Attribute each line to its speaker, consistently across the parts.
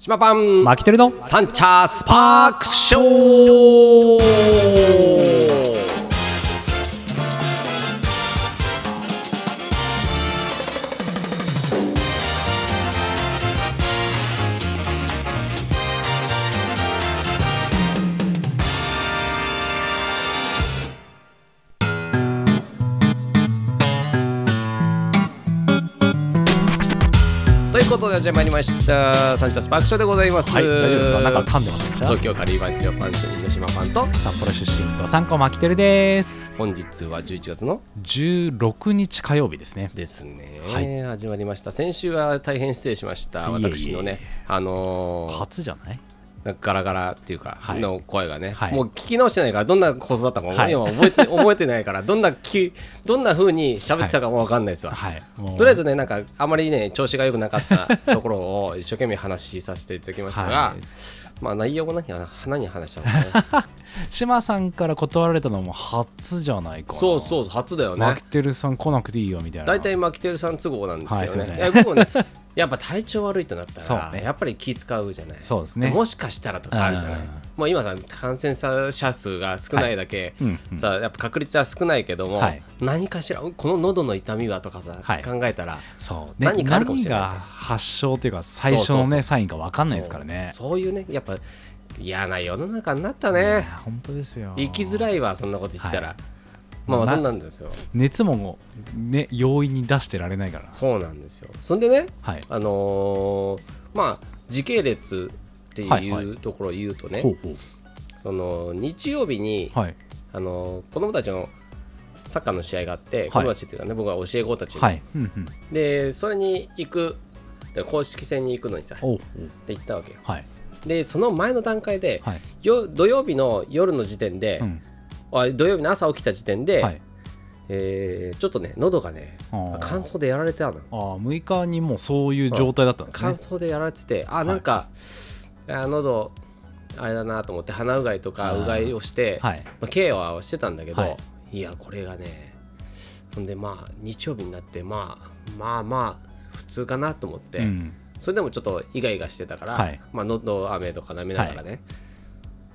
Speaker 1: 島パン、
Speaker 2: マキテルの
Speaker 1: サンチャースパークショーということで始まりましたサンチャースパークショーでございます。
Speaker 2: はい大丈夫ですかなんか噛んでませんでした
Speaker 1: 東京カリーバンジャパン主任の島パンと
Speaker 2: 札幌出身ドサンコマキテルです
Speaker 1: 本日は11月の
Speaker 2: 16日火曜日ですね
Speaker 1: ですね、
Speaker 2: はい
Speaker 1: 始まりました先週は大変失礼しました
Speaker 2: いえいえいえ
Speaker 1: 私のねあの
Speaker 2: 初じゃない
Speaker 1: ーなんかガラガラっていうか、
Speaker 2: はい
Speaker 1: の声がね、
Speaker 2: はい
Speaker 1: もう聞き直してないからどんな放送だったかも、
Speaker 2: はい
Speaker 1: 今覚えて覚えてないからどんなきどんな風に喋ってたかもわかんないですわ、
Speaker 2: はいもう
Speaker 1: とりあえずねなんかあまりね調子が良くなかったところを一生懸命話しさせていただきましたが、
Speaker 2: は
Speaker 1: まあ内容も何話何話したのか ね
Speaker 2: 島さんから断られたのも初じゃないかな
Speaker 1: そうそう初だよね
Speaker 2: マキテルさん来なくていいよみたいな
Speaker 1: 大体マキテルさん都合なんです
Speaker 2: はい
Speaker 1: け
Speaker 2: すい
Speaker 1: どね,、
Speaker 2: ません
Speaker 1: いや僕もね やっぱ体調悪いとなった
Speaker 2: そ
Speaker 1: ら、
Speaker 2: うね
Speaker 1: やっぱり気使うじゃない
Speaker 2: そうですね
Speaker 1: もしかしたらとかあるじゃない
Speaker 2: うん
Speaker 1: もう今さ感染者数が少ないだけ、
Speaker 2: はいうんうん
Speaker 1: さやっぱ確率は少ないけども、
Speaker 2: はい
Speaker 1: 何かしらこの喉の痛みはとかさ、
Speaker 2: はい
Speaker 1: 考えたら
Speaker 2: そうね
Speaker 1: 何かあるかもしれない
Speaker 2: 何が発症というか最初のね
Speaker 1: そうそうそう
Speaker 2: サインか分かんないですからね
Speaker 1: そうそういうねやっぱ嫌な世の中になった
Speaker 2: いや
Speaker 1: ね
Speaker 2: 本当ですよ
Speaker 1: 生きづらいわそんなこと言ってたら、
Speaker 2: はい
Speaker 1: まあ
Speaker 2: な
Speaker 1: そんなんですよ
Speaker 2: 熱ももうね容易に出してられないから
Speaker 1: そうなんですよそんでね
Speaker 2: はい
Speaker 1: あのーまあ時系列って
Speaker 2: はい
Speaker 1: い
Speaker 2: は
Speaker 1: う
Speaker 2: い
Speaker 1: ところを言うとね、
Speaker 2: ほうほう
Speaker 1: その日曜日に、
Speaker 2: はい
Speaker 1: あの子供たちのサッカーの試合があって、
Speaker 2: い
Speaker 1: 子供たちっていうかね僕は教え子たちの、
Speaker 2: はいうんうん
Speaker 1: でそれに行くで公式戦に行くのにさで
Speaker 2: おう
Speaker 1: 行ったわけよ
Speaker 2: はい
Speaker 1: でその前の段階で、
Speaker 2: はい
Speaker 1: よ土曜日の夜の時点で、
Speaker 2: うん
Speaker 1: あ土曜日の朝起きた時点で、
Speaker 2: はい
Speaker 1: えーちょっとね喉がね
Speaker 2: あー
Speaker 1: 乾燥でやられてたの
Speaker 2: ああ6日にもうそういう状態だったんです
Speaker 1: 乾
Speaker 2: ね。
Speaker 1: 燥でやられててあ
Speaker 2: い
Speaker 1: なんか、あ喉あれだなと思って鼻うがいとか
Speaker 2: あー
Speaker 1: うがいをして、
Speaker 2: はい。
Speaker 1: まあ、ケアはしてたんだけど、、
Speaker 2: はい
Speaker 1: やこれがねそんでまあ日曜日になってまあまあまあ普通かなと思って、
Speaker 2: うん、
Speaker 1: それでもちょっとイガイガしてたから、
Speaker 2: はい
Speaker 1: まあ喉飴とか舐めながらね、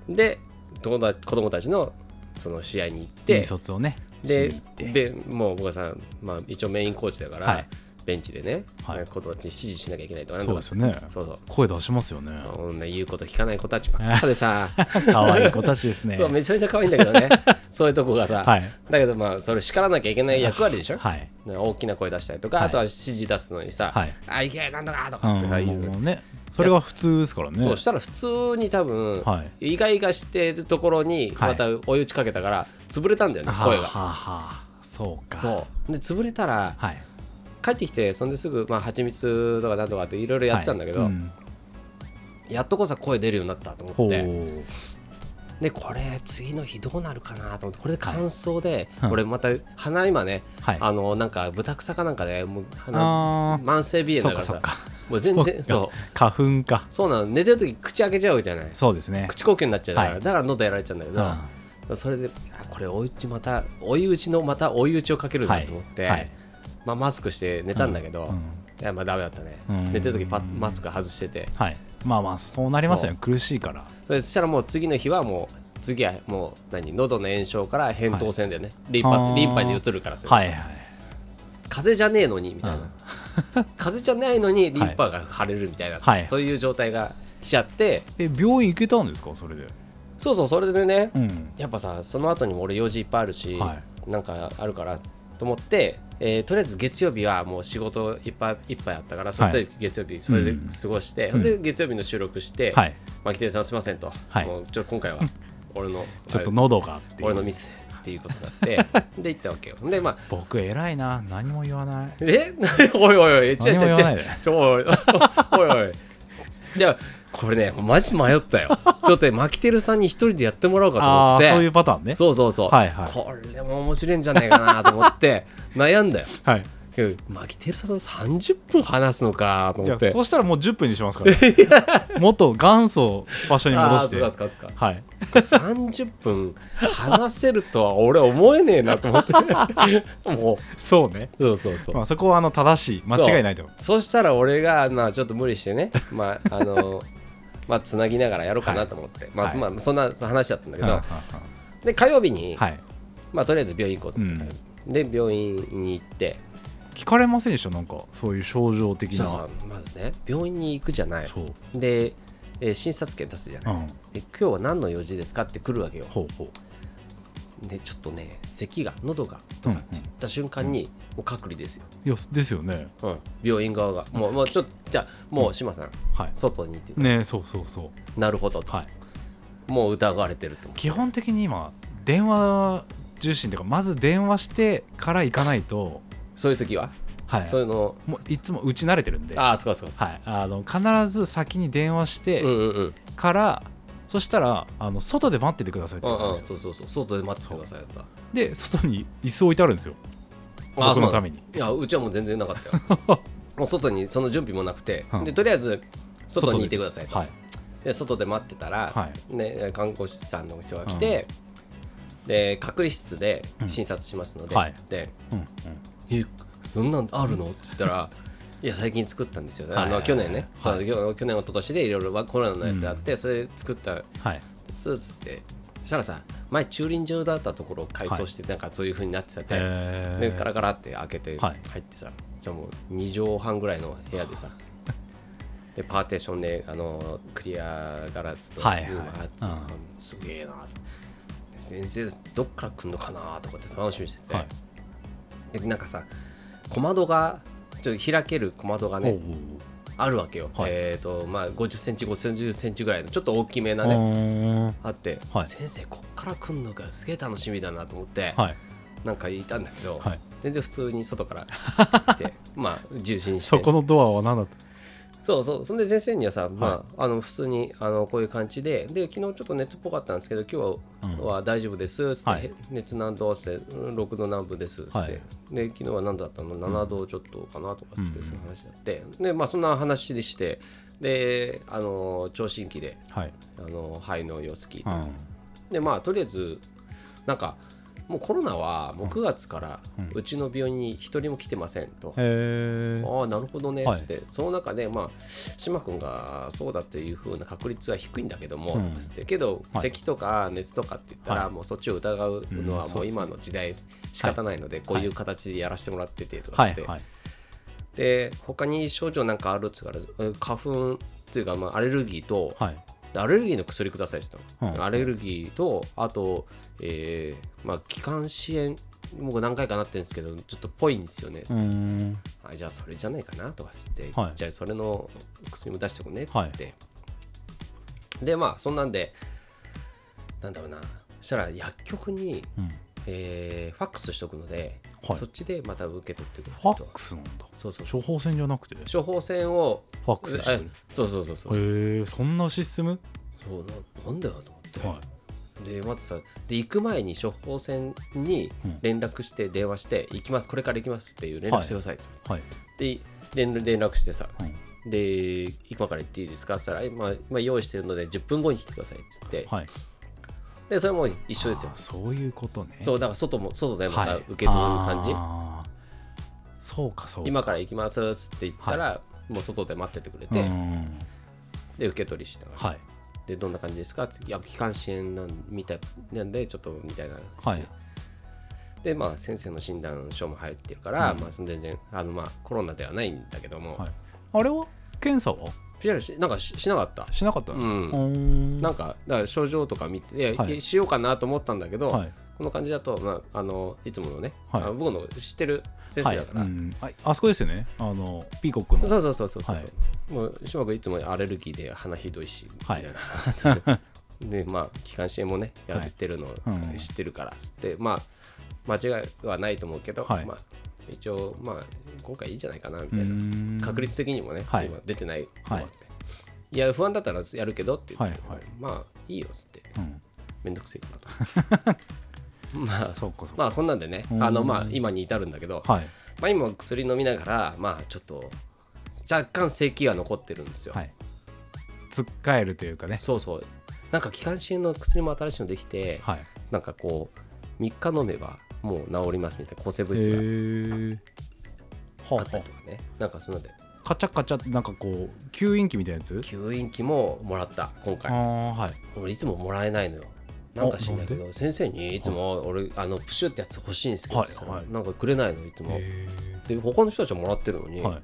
Speaker 1: で友達子供たちのその試合に行って
Speaker 2: 引率をね。
Speaker 1: で
Speaker 2: しに行って
Speaker 1: べもう僕はさん、まあ、一応メインコーチだから、
Speaker 2: はい
Speaker 1: ベンチでね、
Speaker 2: はい
Speaker 1: 子供たちに指示しなきゃいけないとかなん
Speaker 2: そ
Speaker 1: と
Speaker 2: う
Speaker 1: か
Speaker 2: ですよね。
Speaker 1: そうそう
Speaker 2: 声出しますよね。
Speaker 1: そんな言うこと聞かない子たちばっかでさ、
Speaker 2: 可愛い子たちですね。
Speaker 1: そうめちゃめちゃ可愛いんだけど ねそういうとこがさ、
Speaker 2: はい
Speaker 1: だけどまあそれ叱らなきゃいけない役割でしょ、
Speaker 2: はい。
Speaker 1: 大きな声出したりとか、
Speaker 2: はい
Speaker 1: あとは指示出すのにさ「
Speaker 2: はい
Speaker 1: あいけなんとか」と
Speaker 2: う
Speaker 1: かってさ言う、
Speaker 2: ん、ね。それが普通ですからね。
Speaker 1: そうしたら普通に多分、
Speaker 2: は
Speaker 1: 意外がしてるところに
Speaker 2: はい
Speaker 1: また追い打ちかけたから潰れたんだよね、
Speaker 2: はあ
Speaker 1: 声
Speaker 2: は
Speaker 1: が。
Speaker 2: あはあ。そうか。
Speaker 1: そうで潰れたら
Speaker 2: はい。
Speaker 1: 帰ってきてそんですぐまあ蜂蜜とかなんとかっていろいろやってたんだけど、
Speaker 2: はいうん
Speaker 1: やっとこそ声出るようになったと思
Speaker 2: ほう
Speaker 1: って。でこれ次の日どうなるかなと思ってこれで乾燥で、
Speaker 2: はい
Speaker 1: 俺また鼻今ね、
Speaker 2: はい
Speaker 1: あのなんかブタクサかなんかで、もう鼻
Speaker 2: あ
Speaker 1: 慢性鼻
Speaker 2: あ。そ
Speaker 1: 炎
Speaker 2: う
Speaker 1: だ
Speaker 2: か
Speaker 1: から
Speaker 2: そう
Speaker 1: さ
Speaker 2: か。
Speaker 1: もう全然
Speaker 2: そ
Speaker 1: そう
Speaker 2: か
Speaker 1: う
Speaker 2: 花粉か。
Speaker 1: そうなの寝てる時口開けちゃうじゃない
Speaker 2: そうですね。
Speaker 1: 口呼吸になっちゃうから、
Speaker 2: はい
Speaker 1: だから喉やられちゃうんだけ
Speaker 2: うん
Speaker 1: ど、それであこれ追い打ちまた追い打ちのまた追い打ちをかけるなと思って、
Speaker 2: はいはい
Speaker 1: まあ、マスクして寝たんだけど、
Speaker 2: うん
Speaker 1: いやまあダメだったね、
Speaker 2: うん
Speaker 1: 寝てる時パッマスク外してて
Speaker 2: はい。まあまあそうなりますよね。苦しいから。
Speaker 1: それそしたらもう次の日はもう次はもう何喉の炎症から扁桃腺だよね、リン
Speaker 2: あ
Speaker 1: パ
Speaker 2: ー
Speaker 1: リンパに移るからそれ、
Speaker 2: はいはい。
Speaker 1: 風邪じゃねえのにみたいな 風邪じゃないのにリンパが腫れるみたいな、
Speaker 2: はい
Speaker 1: そういう状態が来ちゃって
Speaker 2: え病院行けたんですかそれで。
Speaker 1: そうそうそれでね、
Speaker 2: うん。
Speaker 1: やっぱさその後にも俺用事いっぱいあるし、
Speaker 2: は
Speaker 1: なんかあるからと思って、えーとりあえず月曜日はもう仕事いっぱいいっぱいあったからそれとりあえず月曜日それで過ごして、
Speaker 2: うん
Speaker 1: で月曜日の収録して
Speaker 2: はい。
Speaker 1: 「牧、田、さんすいませんと」
Speaker 2: はい
Speaker 1: もうちょっと今回は俺の
Speaker 2: ちょっと喉がっていう
Speaker 1: 俺のミスっていうことに なってで行ったわけよでまあ
Speaker 2: 僕偉いな何も言わない
Speaker 1: え おいおいおいちょ
Speaker 2: 何
Speaker 1: ちょ
Speaker 2: も言わ
Speaker 1: ちょ
Speaker 2: ないで
Speaker 1: ちょおいおい おいおいじゃあこれねマジ迷ったよちょっとねマキテルさんに一人でやってもらおうかと思
Speaker 2: あ
Speaker 1: っ
Speaker 2: あ
Speaker 1: て
Speaker 2: ーそういうパターンね
Speaker 1: そうそうそう
Speaker 2: はいはい
Speaker 1: これも面白いんじゃないかなと思って 悩んだよ
Speaker 2: はい
Speaker 1: けどマキテルさんと30分話すのかと
Speaker 2: い
Speaker 1: 思っ
Speaker 2: や
Speaker 1: て
Speaker 2: そうしたらもう10分に しますから元元祖スパショに戻
Speaker 1: あー
Speaker 2: し
Speaker 1: そ
Speaker 2: て
Speaker 1: うかそうかそうか
Speaker 2: はい
Speaker 1: 30分話せるとは俺思えねえなと 思っても
Speaker 2: そうね、
Speaker 1: うそうそうそう、
Speaker 2: まあ、そこはあの正しい間違いないと思う
Speaker 1: そしたら俺が、まあ、ちょっと無理して ね、まあ、あの、まあ、つなぎながらやろうかなと思って、まあ、
Speaker 2: はい
Speaker 1: まあ、そんな話だったんだけ
Speaker 2: うん
Speaker 1: ど、
Speaker 2: うん
Speaker 1: で、火曜日
Speaker 2: う
Speaker 1: に、
Speaker 2: んはい
Speaker 1: まあ、とりあえず病院行こうと思って、で、病院に行って、
Speaker 2: 聞かれませんでしたなんかそういう症状的
Speaker 1: そ
Speaker 2: な
Speaker 1: したらまずね、病院に行くじゃない。
Speaker 2: そう
Speaker 1: で、えー診察券出すじゃ
Speaker 2: う
Speaker 1: ない。
Speaker 2: ん
Speaker 1: で、今日は何の用事ですかって来るわけよ。
Speaker 2: ほうほう
Speaker 1: で、ちょっとね、咳が、喉が、とかって言った瞬間に、もう隔離ですよ。
Speaker 2: いやですよね
Speaker 1: うん、病院側が。もう、もうちょっと、じゃあ、もう、志麻さん、
Speaker 2: はい
Speaker 1: 外にって、
Speaker 2: ねそうそうそう
Speaker 1: なるほどと。
Speaker 2: はい
Speaker 1: もう疑われてると思う。
Speaker 2: 基本的に今電話重心というかまず電話してから行かないと
Speaker 1: そういう時は、
Speaker 2: はい
Speaker 1: そういうの
Speaker 2: もういつも打ち慣れてるんで
Speaker 1: ああそうかそうかそ
Speaker 2: はい、あの必ず先に電話し
Speaker 1: うかうん
Speaker 2: て
Speaker 1: うんうん
Speaker 2: から、そしたらあの外で待っててくださいって
Speaker 1: う
Speaker 2: 言
Speaker 1: ん
Speaker 2: われた
Speaker 1: うんん
Speaker 2: ですよ
Speaker 1: そうそうそう外で待っててくださいやった
Speaker 2: で外に椅子置いてあるんですよ
Speaker 1: ああ
Speaker 2: 僕のために
Speaker 1: いやうちはもう全然なかったよ もう外にその準備もなくて、
Speaker 2: うん
Speaker 1: でとりあえず外にいてくださいと
Speaker 2: はい
Speaker 1: で外で待ってたら、
Speaker 2: は
Speaker 1: ね、看護師さんの人が来て、で隔離室で診察しますので、
Speaker 2: うんはい
Speaker 1: で
Speaker 2: うんうん
Speaker 1: えそんなんあるのって言ったらいや最近作ったんですよ、あ
Speaker 2: は
Speaker 1: の
Speaker 2: い
Speaker 1: 去年ね、
Speaker 2: は
Speaker 1: そ
Speaker 2: い
Speaker 1: う去去年一昨年でいろいろコロナのやつあって、それで作った
Speaker 2: はい
Speaker 1: スーツってそしたらさ前駐輪場だったところを改装してなんかそういう風になってたって、
Speaker 2: え
Speaker 1: でガラガラって開けて
Speaker 2: は
Speaker 1: 入
Speaker 2: い
Speaker 1: ってさ、じゃあもう2畳半ぐらいの部屋で さでパーテーションであのクリアガラスと
Speaker 2: はいはい
Speaker 1: ルームがあって
Speaker 2: うん
Speaker 1: すげえなで先生どっから来るのかなとかって楽しみにしてて、
Speaker 2: はい
Speaker 1: でなんかさ小窓がちょっと開ける小窓が
Speaker 2: おうお
Speaker 1: ね
Speaker 2: う
Speaker 1: あるわけよ、
Speaker 2: はい
Speaker 1: えっ、とまあ5 0ンチ5 0センチぐらいのちょっと大きめ
Speaker 2: お
Speaker 1: な
Speaker 2: う
Speaker 1: ね、
Speaker 2: うーん
Speaker 1: あって、
Speaker 2: はい
Speaker 1: 先生こっから来るのがすげえ楽しみだなと思って、
Speaker 2: はい
Speaker 1: なんか言ったんだけど、
Speaker 2: はい
Speaker 1: 全然普通に外 から来てまあ重心して
Speaker 2: そこのドアは何だった
Speaker 1: そうそうそんで先生にはさ、まあ、あの普通にあのこういう感じでで昨日ちょっと熱っぽかったんですけど今日は,、
Speaker 2: うん
Speaker 1: は大丈夫ですつって、
Speaker 2: はい
Speaker 1: 熱何度つってうん6度何分ですつって、
Speaker 2: はい
Speaker 1: で昨日は何度だったの7度ちょっとかなとかつって、
Speaker 2: うん
Speaker 1: その話だってでまあそんな話でしてであの聴診器で
Speaker 2: はい
Speaker 1: あの肺の様子聞いて
Speaker 2: うん
Speaker 1: でまあとりあえずなんかもうコロナはもう9月からうちの病院に一人も来てませんと。
Speaker 2: へえ
Speaker 1: ああなるほどね
Speaker 2: はい
Speaker 1: って、その中で、まあ、島君がそうだというふうな確率は低いんだけども、
Speaker 2: うん
Speaker 1: とかつってけど、
Speaker 2: はい
Speaker 1: 咳とか熱とかって言ったら、
Speaker 2: はい
Speaker 1: もうそっちを疑うのはも
Speaker 2: うんそう
Speaker 1: う
Speaker 2: ですね
Speaker 1: 今の時代仕方ないので、こういう形でやらせてもらっててとかつ
Speaker 2: は
Speaker 1: っ
Speaker 2: い
Speaker 1: て、
Speaker 2: はい
Speaker 1: で他に症状なんかあるって言うからえ花粉っていうか、まあ、アレルギーと
Speaker 2: はい
Speaker 1: アレルギーの薬くださいって言ったの、
Speaker 2: うん
Speaker 1: アレルギーとあと、えーまあ、気管支炎僕何回かなってるんですけどちょっとぽいんですよね、
Speaker 2: うーん
Speaker 1: あじゃあそれじゃないかなとかつって、
Speaker 2: はい
Speaker 1: じゃあそれの薬も出しておくねっつって、でまあそんなんでなんだろうなそしたら薬局に、
Speaker 2: うん
Speaker 1: えーファックスしとくので、
Speaker 2: はい
Speaker 1: そっちでまた受け取ってくだ
Speaker 2: フ
Speaker 1: さい
Speaker 2: ァッ
Speaker 1: と
Speaker 2: クスなんだ
Speaker 1: そうそう
Speaker 2: 処方箋じゃなくてフ
Speaker 1: 処方箋を
Speaker 2: ァックスにしてくれ
Speaker 1: えそうそうそうそう、
Speaker 2: るへえそんなシステム
Speaker 1: そうななんだよと思って、
Speaker 2: は
Speaker 1: でまずさで行く前に処方箋に連絡して電話して「行きますこれから行きます」っていう連絡してくださいと、
Speaker 2: いはい
Speaker 1: で連連絡してさ
Speaker 2: うん
Speaker 1: で今から行っていいですかって言ったら今今用意してるので10分後に来てくださいって言って、
Speaker 2: はい
Speaker 1: でそれも一緒ですよ
Speaker 2: あーそういうことね
Speaker 1: そうだから外も外でまた受け取る感じ、
Speaker 2: あーそうかそうか
Speaker 1: 今から行きますっつって言ったら、もう外で待っててくれて、
Speaker 2: うん
Speaker 1: で受け取りしながら、
Speaker 2: はい
Speaker 1: でどんな感じですかっていや気管支炎なんみたいなんでちょっとみたいな
Speaker 2: はい
Speaker 1: でまあ先生の診断書も入ってるから、
Speaker 2: うん
Speaker 1: まあその全然あのまあコロナではないんだけども、
Speaker 2: はいあれは検査は
Speaker 1: PCR しなんかししなかった
Speaker 2: しなかったんですか
Speaker 1: うん
Speaker 2: うーん
Speaker 1: なんかだから症状とか見ていや、
Speaker 2: はい
Speaker 1: しようかなと思ったんだけど、
Speaker 2: はい
Speaker 1: この感じだと、まあ、あのいつものね、
Speaker 2: はい
Speaker 1: あの僕の知ってる先
Speaker 2: は
Speaker 1: 生
Speaker 2: い
Speaker 1: だから、
Speaker 2: うんああそこですよねあのピーコックの
Speaker 1: そうそうそうそうそう、
Speaker 2: はい
Speaker 1: もう島君いつもアレルギーで鼻ひどいしみ
Speaker 2: は
Speaker 1: た
Speaker 2: い
Speaker 1: いな、でまあ気管支炎もねやってるの
Speaker 2: はいうん
Speaker 1: 知ってるからっつって、まあ間違いはないと思うけど、
Speaker 2: はい
Speaker 1: まあ一応まあ今回いいんじゃないかなみ
Speaker 2: う
Speaker 1: たいな、
Speaker 2: ーん
Speaker 1: 確率的にもね、
Speaker 2: はい
Speaker 1: 今出てないのもあって、い、や不安だったらやるけどって言って、
Speaker 2: はいはい
Speaker 1: まあいいよっつって
Speaker 2: うん
Speaker 1: めんどくせえかなと まあ
Speaker 2: そうかそうか
Speaker 1: まあそんなんでね
Speaker 2: うん
Speaker 1: あのまあ今に至るんだけど
Speaker 2: はい
Speaker 1: まあ、今薬飲みながら、まあ、ちょっと若干咳が残ってるんですよ、
Speaker 2: はいつっかえるというかね
Speaker 1: そうそうなんか気管支炎の薬も新しいのできて、
Speaker 2: はい
Speaker 1: なんかこう3日飲めばもう治りますみたいな抗生
Speaker 2: へ
Speaker 1: 物質
Speaker 2: ー
Speaker 1: があ
Speaker 2: は
Speaker 1: っ
Speaker 2: あ
Speaker 1: た
Speaker 2: は
Speaker 1: りとかねなんかそういうので
Speaker 2: あカチャカチャってなんかこう吸引器みたいなやつ
Speaker 1: 吸引器ももらった今
Speaker 2: あ
Speaker 1: 回
Speaker 2: あはい
Speaker 1: 俺いつももらえないのよなんか知んないけど先生にいつも俺あのプシュってやつ欲しいんですけど
Speaker 2: はい
Speaker 1: さ
Speaker 2: はい
Speaker 1: なんかくれないのいつも
Speaker 2: へ
Speaker 1: で他の人たちはもらってるのに
Speaker 2: ーはい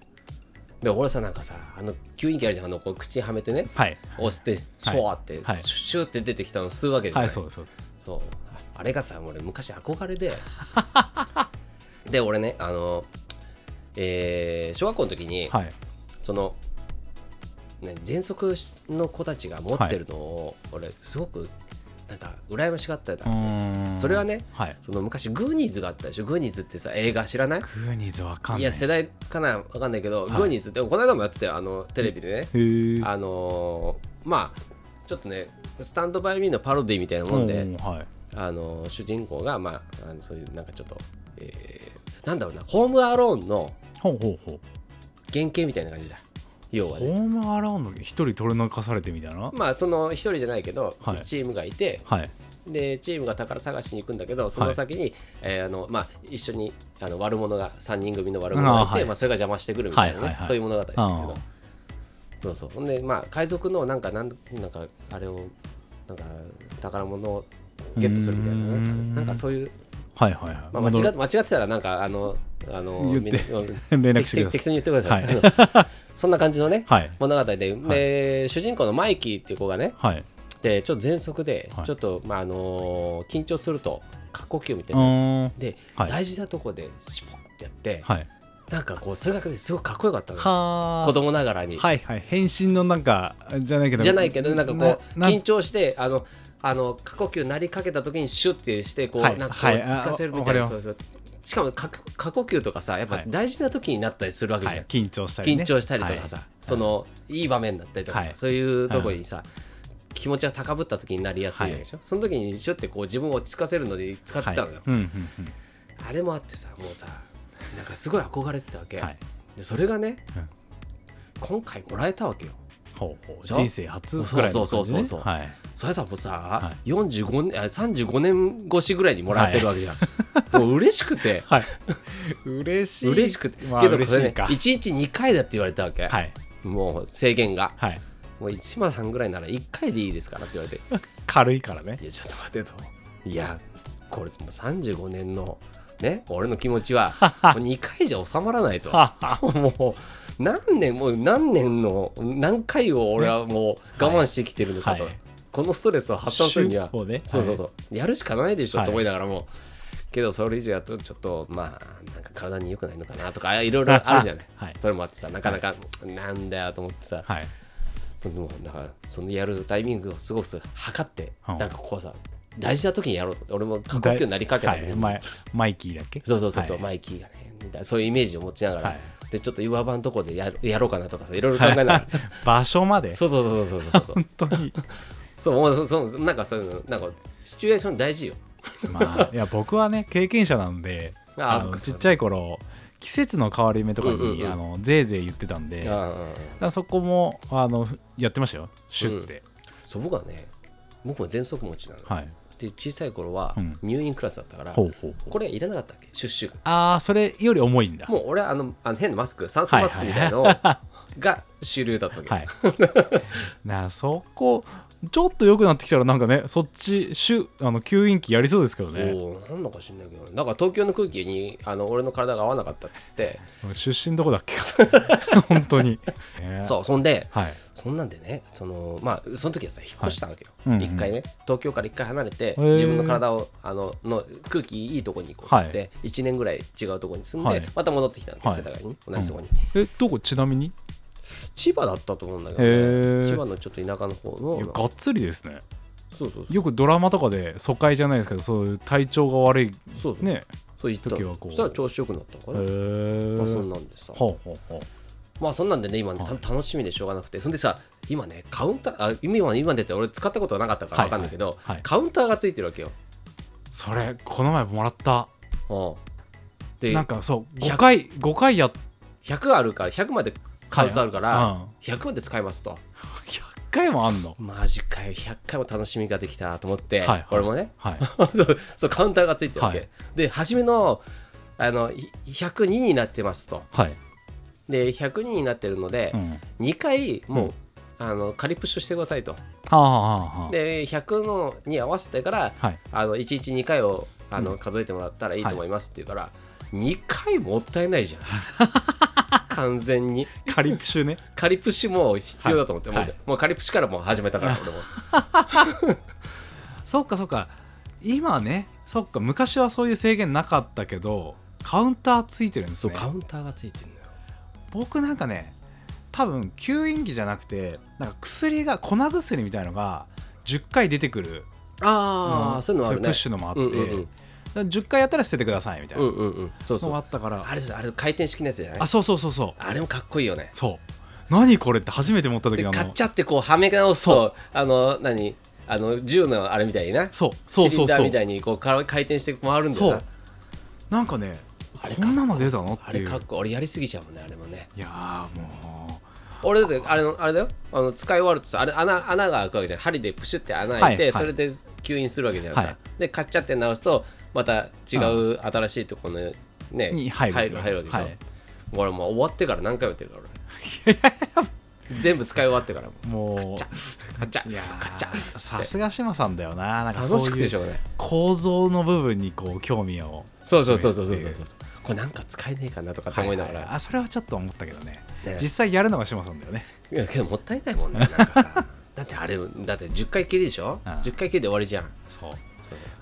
Speaker 1: で俺さなんかさあの吸引器あるじゃんあのこう口にはめてね
Speaker 2: はい
Speaker 1: 押してシュワーって
Speaker 2: はい
Speaker 1: シューって出てきたの吸うわけじゃ
Speaker 2: は
Speaker 1: ない
Speaker 2: いそうですそうです
Speaker 1: そうあれがさ俺昔憧れで で俺ねあの、えー小学校の時に、
Speaker 2: はい
Speaker 1: その、ね、喘息の子たちが持ってるのを、俺すごくなんか羨ましがってた、
Speaker 2: うーん
Speaker 1: それはね
Speaker 2: はい
Speaker 1: その昔グーニーズがあったでしょグーニーズってさ映画知らない
Speaker 2: グーニーズわかんない
Speaker 1: いや世代かなわかんないけど、
Speaker 2: はい
Speaker 1: グーニーズってこの間もやってたよあのテレビでね、
Speaker 2: へー
Speaker 1: あのーまあちょっとねスタンドバイミーのパロディみたいなもんで、
Speaker 2: うんはい
Speaker 1: あの主人公が、まあ、あのそういうなんかちょっと、えーなんだろうなホームアローンの
Speaker 2: ほうほうほう
Speaker 1: 原型みたいな感じだ要は
Speaker 2: ホ
Speaker 1: ね
Speaker 2: ームアラウンド一人取り残されてみたいな
Speaker 1: まあその一人じゃないけど、
Speaker 2: はい
Speaker 1: チームがいて
Speaker 2: はい
Speaker 1: でチームが宝探しに行くんだけどその先に、えーあのまあ、一緒にあの悪者が3人組の悪者がいて
Speaker 2: あーはい
Speaker 1: まあ、それが邪魔してくるみたいなね、
Speaker 2: はいはいはい
Speaker 1: そういう物語なんだけ
Speaker 2: あ
Speaker 1: ど
Speaker 2: ー
Speaker 1: そうそうほんでまあ海賊のなんかなんなんかあれをなんか宝物をゲットするみたいな
Speaker 2: うー
Speaker 1: ね
Speaker 2: ん
Speaker 1: なんかそういう
Speaker 2: はいはいはい
Speaker 1: まあ、間違っ間違ってたらなんかあのあの
Speaker 2: 言って
Speaker 1: みんな
Speaker 2: 連絡
Speaker 1: 適
Speaker 2: してください
Speaker 1: 適当に言ってください、そんな感じのね、
Speaker 2: はい
Speaker 1: 物語でで、主人公のマイキーっていう子がね
Speaker 2: はい
Speaker 1: でちょっと喘息で、
Speaker 2: はい
Speaker 1: ちょっと、まああのー緊張すると過呼吸みた
Speaker 2: う
Speaker 1: いな
Speaker 2: ーん
Speaker 1: で、
Speaker 2: はい
Speaker 1: 大事なとこでシュポッてやって、
Speaker 2: はい
Speaker 1: なんかこうそれがねすごくかっこよかったのよ
Speaker 2: は
Speaker 1: 子供ながらに、
Speaker 2: はいはい変身のなんかじゃないけど
Speaker 1: じゃないけどなんかこう
Speaker 2: な
Speaker 1: 緊張してあのあの過呼吸なりかけた時にシュッてしてこう、
Speaker 2: はい
Speaker 1: なんかこう
Speaker 2: はい
Speaker 1: つかせるみたい
Speaker 2: あ
Speaker 1: な
Speaker 2: わか
Speaker 1: そう
Speaker 2: ります
Speaker 1: そうしかも過過呼吸とかさやっぱ
Speaker 2: はい
Speaker 1: 大事な時になったりするわけじゃ
Speaker 2: は
Speaker 1: ん、
Speaker 2: い緊張したりね
Speaker 1: 緊張したりとかさ、そのいい場面だったりとかさ、
Speaker 2: はい
Speaker 1: そういうとこにさ、気持ちが高ぶった時になりやすいわけでしょ、その時にシュッてこう自分を落ち着かせるので使って
Speaker 2: はい
Speaker 1: たのよ、
Speaker 2: うんうん
Speaker 1: あれもあってさもうさなんかすごい憧れてたわ
Speaker 2: う
Speaker 1: け、
Speaker 2: んはい
Speaker 1: でそれがね、
Speaker 2: うん
Speaker 1: 今回もらえたわけよ
Speaker 2: ほうほう
Speaker 1: じゃ
Speaker 2: 人生初ぐらい
Speaker 1: そ
Speaker 2: の
Speaker 1: うそうそうそう
Speaker 2: 感じね
Speaker 1: そうそ
Speaker 2: はい
Speaker 1: れさもうさ、
Speaker 2: は
Speaker 1: 45年あ35年越しぐらいにもらってるわけじゃん、 もう嬉しくて
Speaker 2: はい嬉しい
Speaker 1: 嬉しくて、
Speaker 2: まあ
Speaker 1: けどこ
Speaker 2: 嬉し
Speaker 1: れ
Speaker 2: い
Speaker 1: ね
Speaker 2: か
Speaker 1: 1日2回だって言われたわけ、
Speaker 2: はい
Speaker 1: もう制限が
Speaker 2: はい
Speaker 1: もう市村さんぐらいなら1回でいいですからって言われて
Speaker 2: 軽いからね
Speaker 1: いやちょっと待てといやこれもう35年のね俺の気持ちはもう2回じゃ収まらないと
Speaker 2: はは
Speaker 1: もう何年もう何年の何回を俺はもう我慢してきてるのかと、
Speaker 2: はい
Speaker 1: このストレスを発散するには
Speaker 2: 手法ね
Speaker 1: そうそうそうう、やるしかないでしょ
Speaker 2: はい
Speaker 1: と思いながらも、けどそれ以上やるとちょっとまあなんか体に良くないのかなとかいろいろあるじゃない、
Speaker 2: はい
Speaker 1: それもあってさなかなかなんだよと思ってさ、
Speaker 2: はい
Speaker 1: でもだからそのやるタイミングをすごく測って、
Speaker 2: うん
Speaker 1: なんかこうさ大事な時にやろうと俺も過呼吸になりかけた時
Speaker 2: はい
Speaker 1: に、
Speaker 2: マイマイキーだっけ
Speaker 1: そうそうそうそう、
Speaker 2: はい
Speaker 1: マイキーがねみたいなそういうイメージを持ちながら、
Speaker 2: はい
Speaker 1: でちょっと岩場のとこでやるやろうかなとかさいろいろ考えながら、
Speaker 2: 場所まで
Speaker 1: そうそうそうそうそうそう
Speaker 2: 本当 に
Speaker 1: そうもうそうそうなんかそういうのなんかシチュエーション大事よ
Speaker 2: まあいや僕はね経験者なんで
Speaker 1: あー
Speaker 2: あ
Speaker 1: そっ
Speaker 2: の
Speaker 1: かそ
Speaker 2: ち
Speaker 1: っ
Speaker 2: っ
Speaker 1: か
Speaker 2: ちゃい頃季節の変わり目とか
Speaker 1: うんうんう
Speaker 2: に
Speaker 1: ん
Speaker 2: あのぜいぜい言ってたんでだか
Speaker 1: ああ
Speaker 2: らそこもあのやってましたよシュって
Speaker 1: そう僕はね僕も喘息持ちなの、
Speaker 2: はい
Speaker 1: で小さい頃は
Speaker 2: うん
Speaker 1: 入院クラスだったから、
Speaker 2: ほうほう
Speaker 1: これいらなかったっけシュッシュが
Speaker 2: ああそれより重いんだ
Speaker 1: もう俺はあのあの変なマスク酸素マスクみたいのを、が主流だったわけ、
Speaker 2: はいなあそこちょっと良くなってきたらなんかねそっちシュあの吸引器やりそうですけどね
Speaker 1: おーなんだか知んないけどなんか東京の空気にあの俺の体が合わなかったっつって、
Speaker 2: 出身どこだっ け本当にね
Speaker 1: そうそんで
Speaker 2: はい
Speaker 1: そんなんでねそのまあその時はさ引っ越したわけよ、
Speaker 2: はいうんうん
Speaker 1: 一回ね東京から一回離れて
Speaker 2: へー
Speaker 1: 自分の体をあのの空気いいとこにこう吸って、
Speaker 2: は
Speaker 1: 一1年ぐらい違うとこに住んで、
Speaker 2: はい
Speaker 1: また戻ってきたんです、
Speaker 2: はい
Speaker 1: 世田谷に同じとこに、
Speaker 2: えどこちなみに
Speaker 1: 千葉だったと思うんだけ
Speaker 2: へ
Speaker 1: ど、ね、
Speaker 2: ー
Speaker 1: 千葉のちょっと田舎の方
Speaker 2: いや
Speaker 1: の
Speaker 2: がっつりですね
Speaker 1: そうそうそう
Speaker 2: よくドラマとかで疎開じゃないですけどそういう体調が悪い
Speaker 1: そうそう、
Speaker 2: ね
Speaker 1: そう言ったの
Speaker 2: 時はこう
Speaker 1: そしたら調子よくなったの
Speaker 2: へ
Speaker 1: かな、
Speaker 2: え
Speaker 1: まあ、そんなんでさ
Speaker 2: ほうほうほう
Speaker 1: まあそんなんでね今ね、た楽しみでしょうがなくてそんでさ今ねカウンターあ今今出て俺使ったことなかったから
Speaker 2: はい
Speaker 1: 分かんないけど、
Speaker 2: はいはい
Speaker 1: カウンターがついてるわけよ、
Speaker 2: それこの前もらった
Speaker 1: うんで
Speaker 2: なんかそう
Speaker 1: 100
Speaker 2: 5回5回やっ
Speaker 1: 100あるから100までカウントあるか
Speaker 2: た、う
Speaker 1: ら
Speaker 2: ん、
Speaker 1: 100まで使いますと
Speaker 2: 100回もあんの
Speaker 1: マジかよ100回も楽しみができたと思って、
Speaker 2: はいはい
Speaker 1: 俺もね
Speaker 2: はい
Speaker 1: そうそうカウンターがついてるわけ、
Speaker 2: はい
Speaker 1: で初めのあのい102になってますと
Speaker 2: はい、
Speaker 1: で102になってるので
Speaker 2: う、ん、は
Speaker 1: 2回もう、
Speaker 2: うん
Speaker 1: あの仮プッシュしてくださいと
Speaker 2: あはあはあ
Speaker 1: で100のに合わせてから
Speaker 2: はい
Speaker 1: あの1日2回をあの数えてもらったらいいと思いますって言うから、2回もったいないじゃん 完全に
Speaker 2: カリプシュね
Speaker 1: 仮プッシュも必要だと思って、
Speaker 2: はい
Speaker 1: もう
Speaker 2: は
Speaker 1: もう仮プッシュからもう始めたから俺も
Speaker 2: そうかそうか今ねそっか昔はそういう制限なかったけどカウンターついてるんです
Speaker 1: そう
Speaker 2: ね
Speaker 1: カウンターがついてるのよ
Speaker 2: 僕なんかね多分吸引器じゃなくてなんか薬が粉薬みたいのが10回出てくる
Speaker 1: ああ、
Speaker 2: ん
Speaker 1: そういうのある
Speaker 2: プ
Speaker 1: ね
Speaker 2: ッシュのもあって、
Speaker 1: うんうん
Speaker 2: だから10回やったら捨ててくださいみたい
Speaker 1: うんう
Speaker 2: なん
Speaker 1: うんうんそう
Speaker 2: の
Speaker 1: そ
Speaker 2: があ
Speaker 1: う
Speaker 2: ったから
Speaker 1: あれじゃあれ回転式のやつじゃない
Speaker 2: あそうそうそうそう
Speaker 1: あれもかっこいいよね
Speaker 2: そう何これって初めて思った時
Speaker 1: で
Speaker 2: のあ
Speaker 1: 買っ
Speaker 2: の
Speaker 1: ちゃってこうはめ直す
Speaker 2: そ
Speaker 1: とあの何あの銃のあれみたいにな
Speaker 2: そうそう
Speaker 1: シ
Speaker 2: そ
Speaker 1: リン
Speaker 2: う
Speaker 1: ダー
Speaker 2: そう
Speaker 1: みたいにこうから回転して回るんだよ
Speaker 2: そ
Speaker 1: な
Speaker 2: うなんかね
Speaker 1: あれ
Speaker 2: こんなの出たの
Speaker 1: あ
Speaker 2: って
Speaker 1: れ
Speaker 2: いう
Speaker 1: かっこ俺やりすぎちゃうもんねあれもね
Speaker 2: いやーも
Speaker 1: 俺だってあれのあれだよあの使い終わるとさあれ穴穴が開くわけじゃん針でプシュって穴開いて、
Speaker 2: はいはい
Speaker 1: それで吸引するわけじゃんさ、
Speaker 2: はい
Speaker 1: でカッチャって直すとまた違う新しいところのね、
Speaker 2: に入る
Speaker 1: 入る入るわけじゃん、
Speaker 2: はい
Speaker 1: 俺もう終わってから何回もやってるから 俺全部使い終わってからも
Speaker 2: うも
Speaker 1: うカッチ
Speaker 2: う
Speaker 1: ャ
Speaker 2: いや
Speaker 1: カッチャ
Speaker 2: ーさすが島さんだよななんかそう
Speaker 1: 楽しく
Speaker 2: い
Speaker 1: てしょ
Speaker 2: う
Speaker 1: うがない
Speaker 2: 構造の部分にこう興味を
Speaker 1: そうそうそうそうそうそ
Speaker 2: 示
Speaker 1: うそ
Speaker 2: すっ
Speaker 1: う
Speaker 2: てい
Speaker 1: これなんか使えねえかなとかって思いながら、
Speaker 2: ははあそれはちょっと思ったけどね
Speaker 1: ね
Speaker 2: 実際やるのが島さんだよね
Speaker 1: いやけどもったいないもんねなんかさだってあれだって10回きりでしょ、
Speaker 2: うん
Speaker 1: 10回きりで終わりじゃん
Speaker 2: そう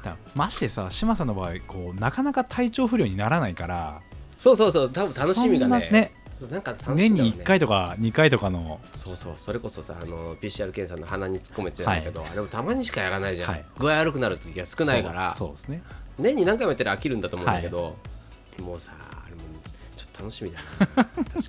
Speaker 2: だからましてさ島さんの場合こうなかなか体調不良にならないから
Speaker 1: そうそうそう多分楽しみが
Speaker 2: そんな
Speaker 1: ねそうなんか楽しみだろうね
Speaker 2: 年に1回とか2回とかの
Speaker 1: そうそうそれこそさあの PCR 検査の鼻に突っ込めてたんだけど、あれもたまにしかやらないじゃん、
Speaker 2: はい
Speaker 1: 具合悪くなる時が少ないから
Speaker 2: そうそうですね
Speaker 1: 年に何回もやったら飽きるんだと思うんだけど、もうさあれもちょっと楽しみだな 確かに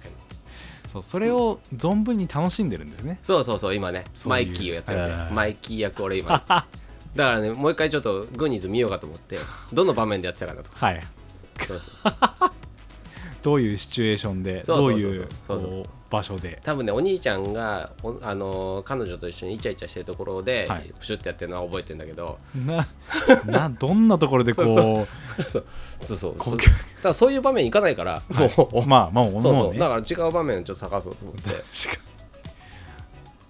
Speaker 2: そうそれを存分に楽しんでるんですね
Speaker 1: そうそうそう今ね
Speaker 2: そういう
Speaker 1: マイキーをやってるんで
Speaker 2: はいはいはい
Speaker 1: マイキー役俺 今だからねもう一回ちょっとグーニーズ見ようかと思ってどの場面でやってたかなとか
Speaker 2: はい
Speaker 1: そうそうそう
Speaker 2: どういうシチュエーションで
Speaker 1: そう
Speaker 2: ど
Speaker 1: そううそうそ
Speaker 2: い
Speaker 1: う
Speaker 2: う
Speaker 1: そうそうそう
Speaker 2: こう場所で
Speaker 1: 多分ねお兄ちゃんがおあの彼女と一緒にイチャイチャしてるところで、
Speaker 2: はい
Speaker 1: プシュってやってるのは覚えてるんだけど
Speaker 2: な などんなところでこう
Speaker 1: そそうそうそう
Speaker 2: 呼
Speaker 1: そう
Speaker 2: 吸
Speaker 1: だからそういう場面行かないから、もう、
Speaker 2: まあまあ
Speaker 1: そ
Speaker 2: 思
Speaker 1: うそう
Speaker 2: うね
Speaker 1: だから違う場面をちょっと探そうと思って
Speaker 2: 確か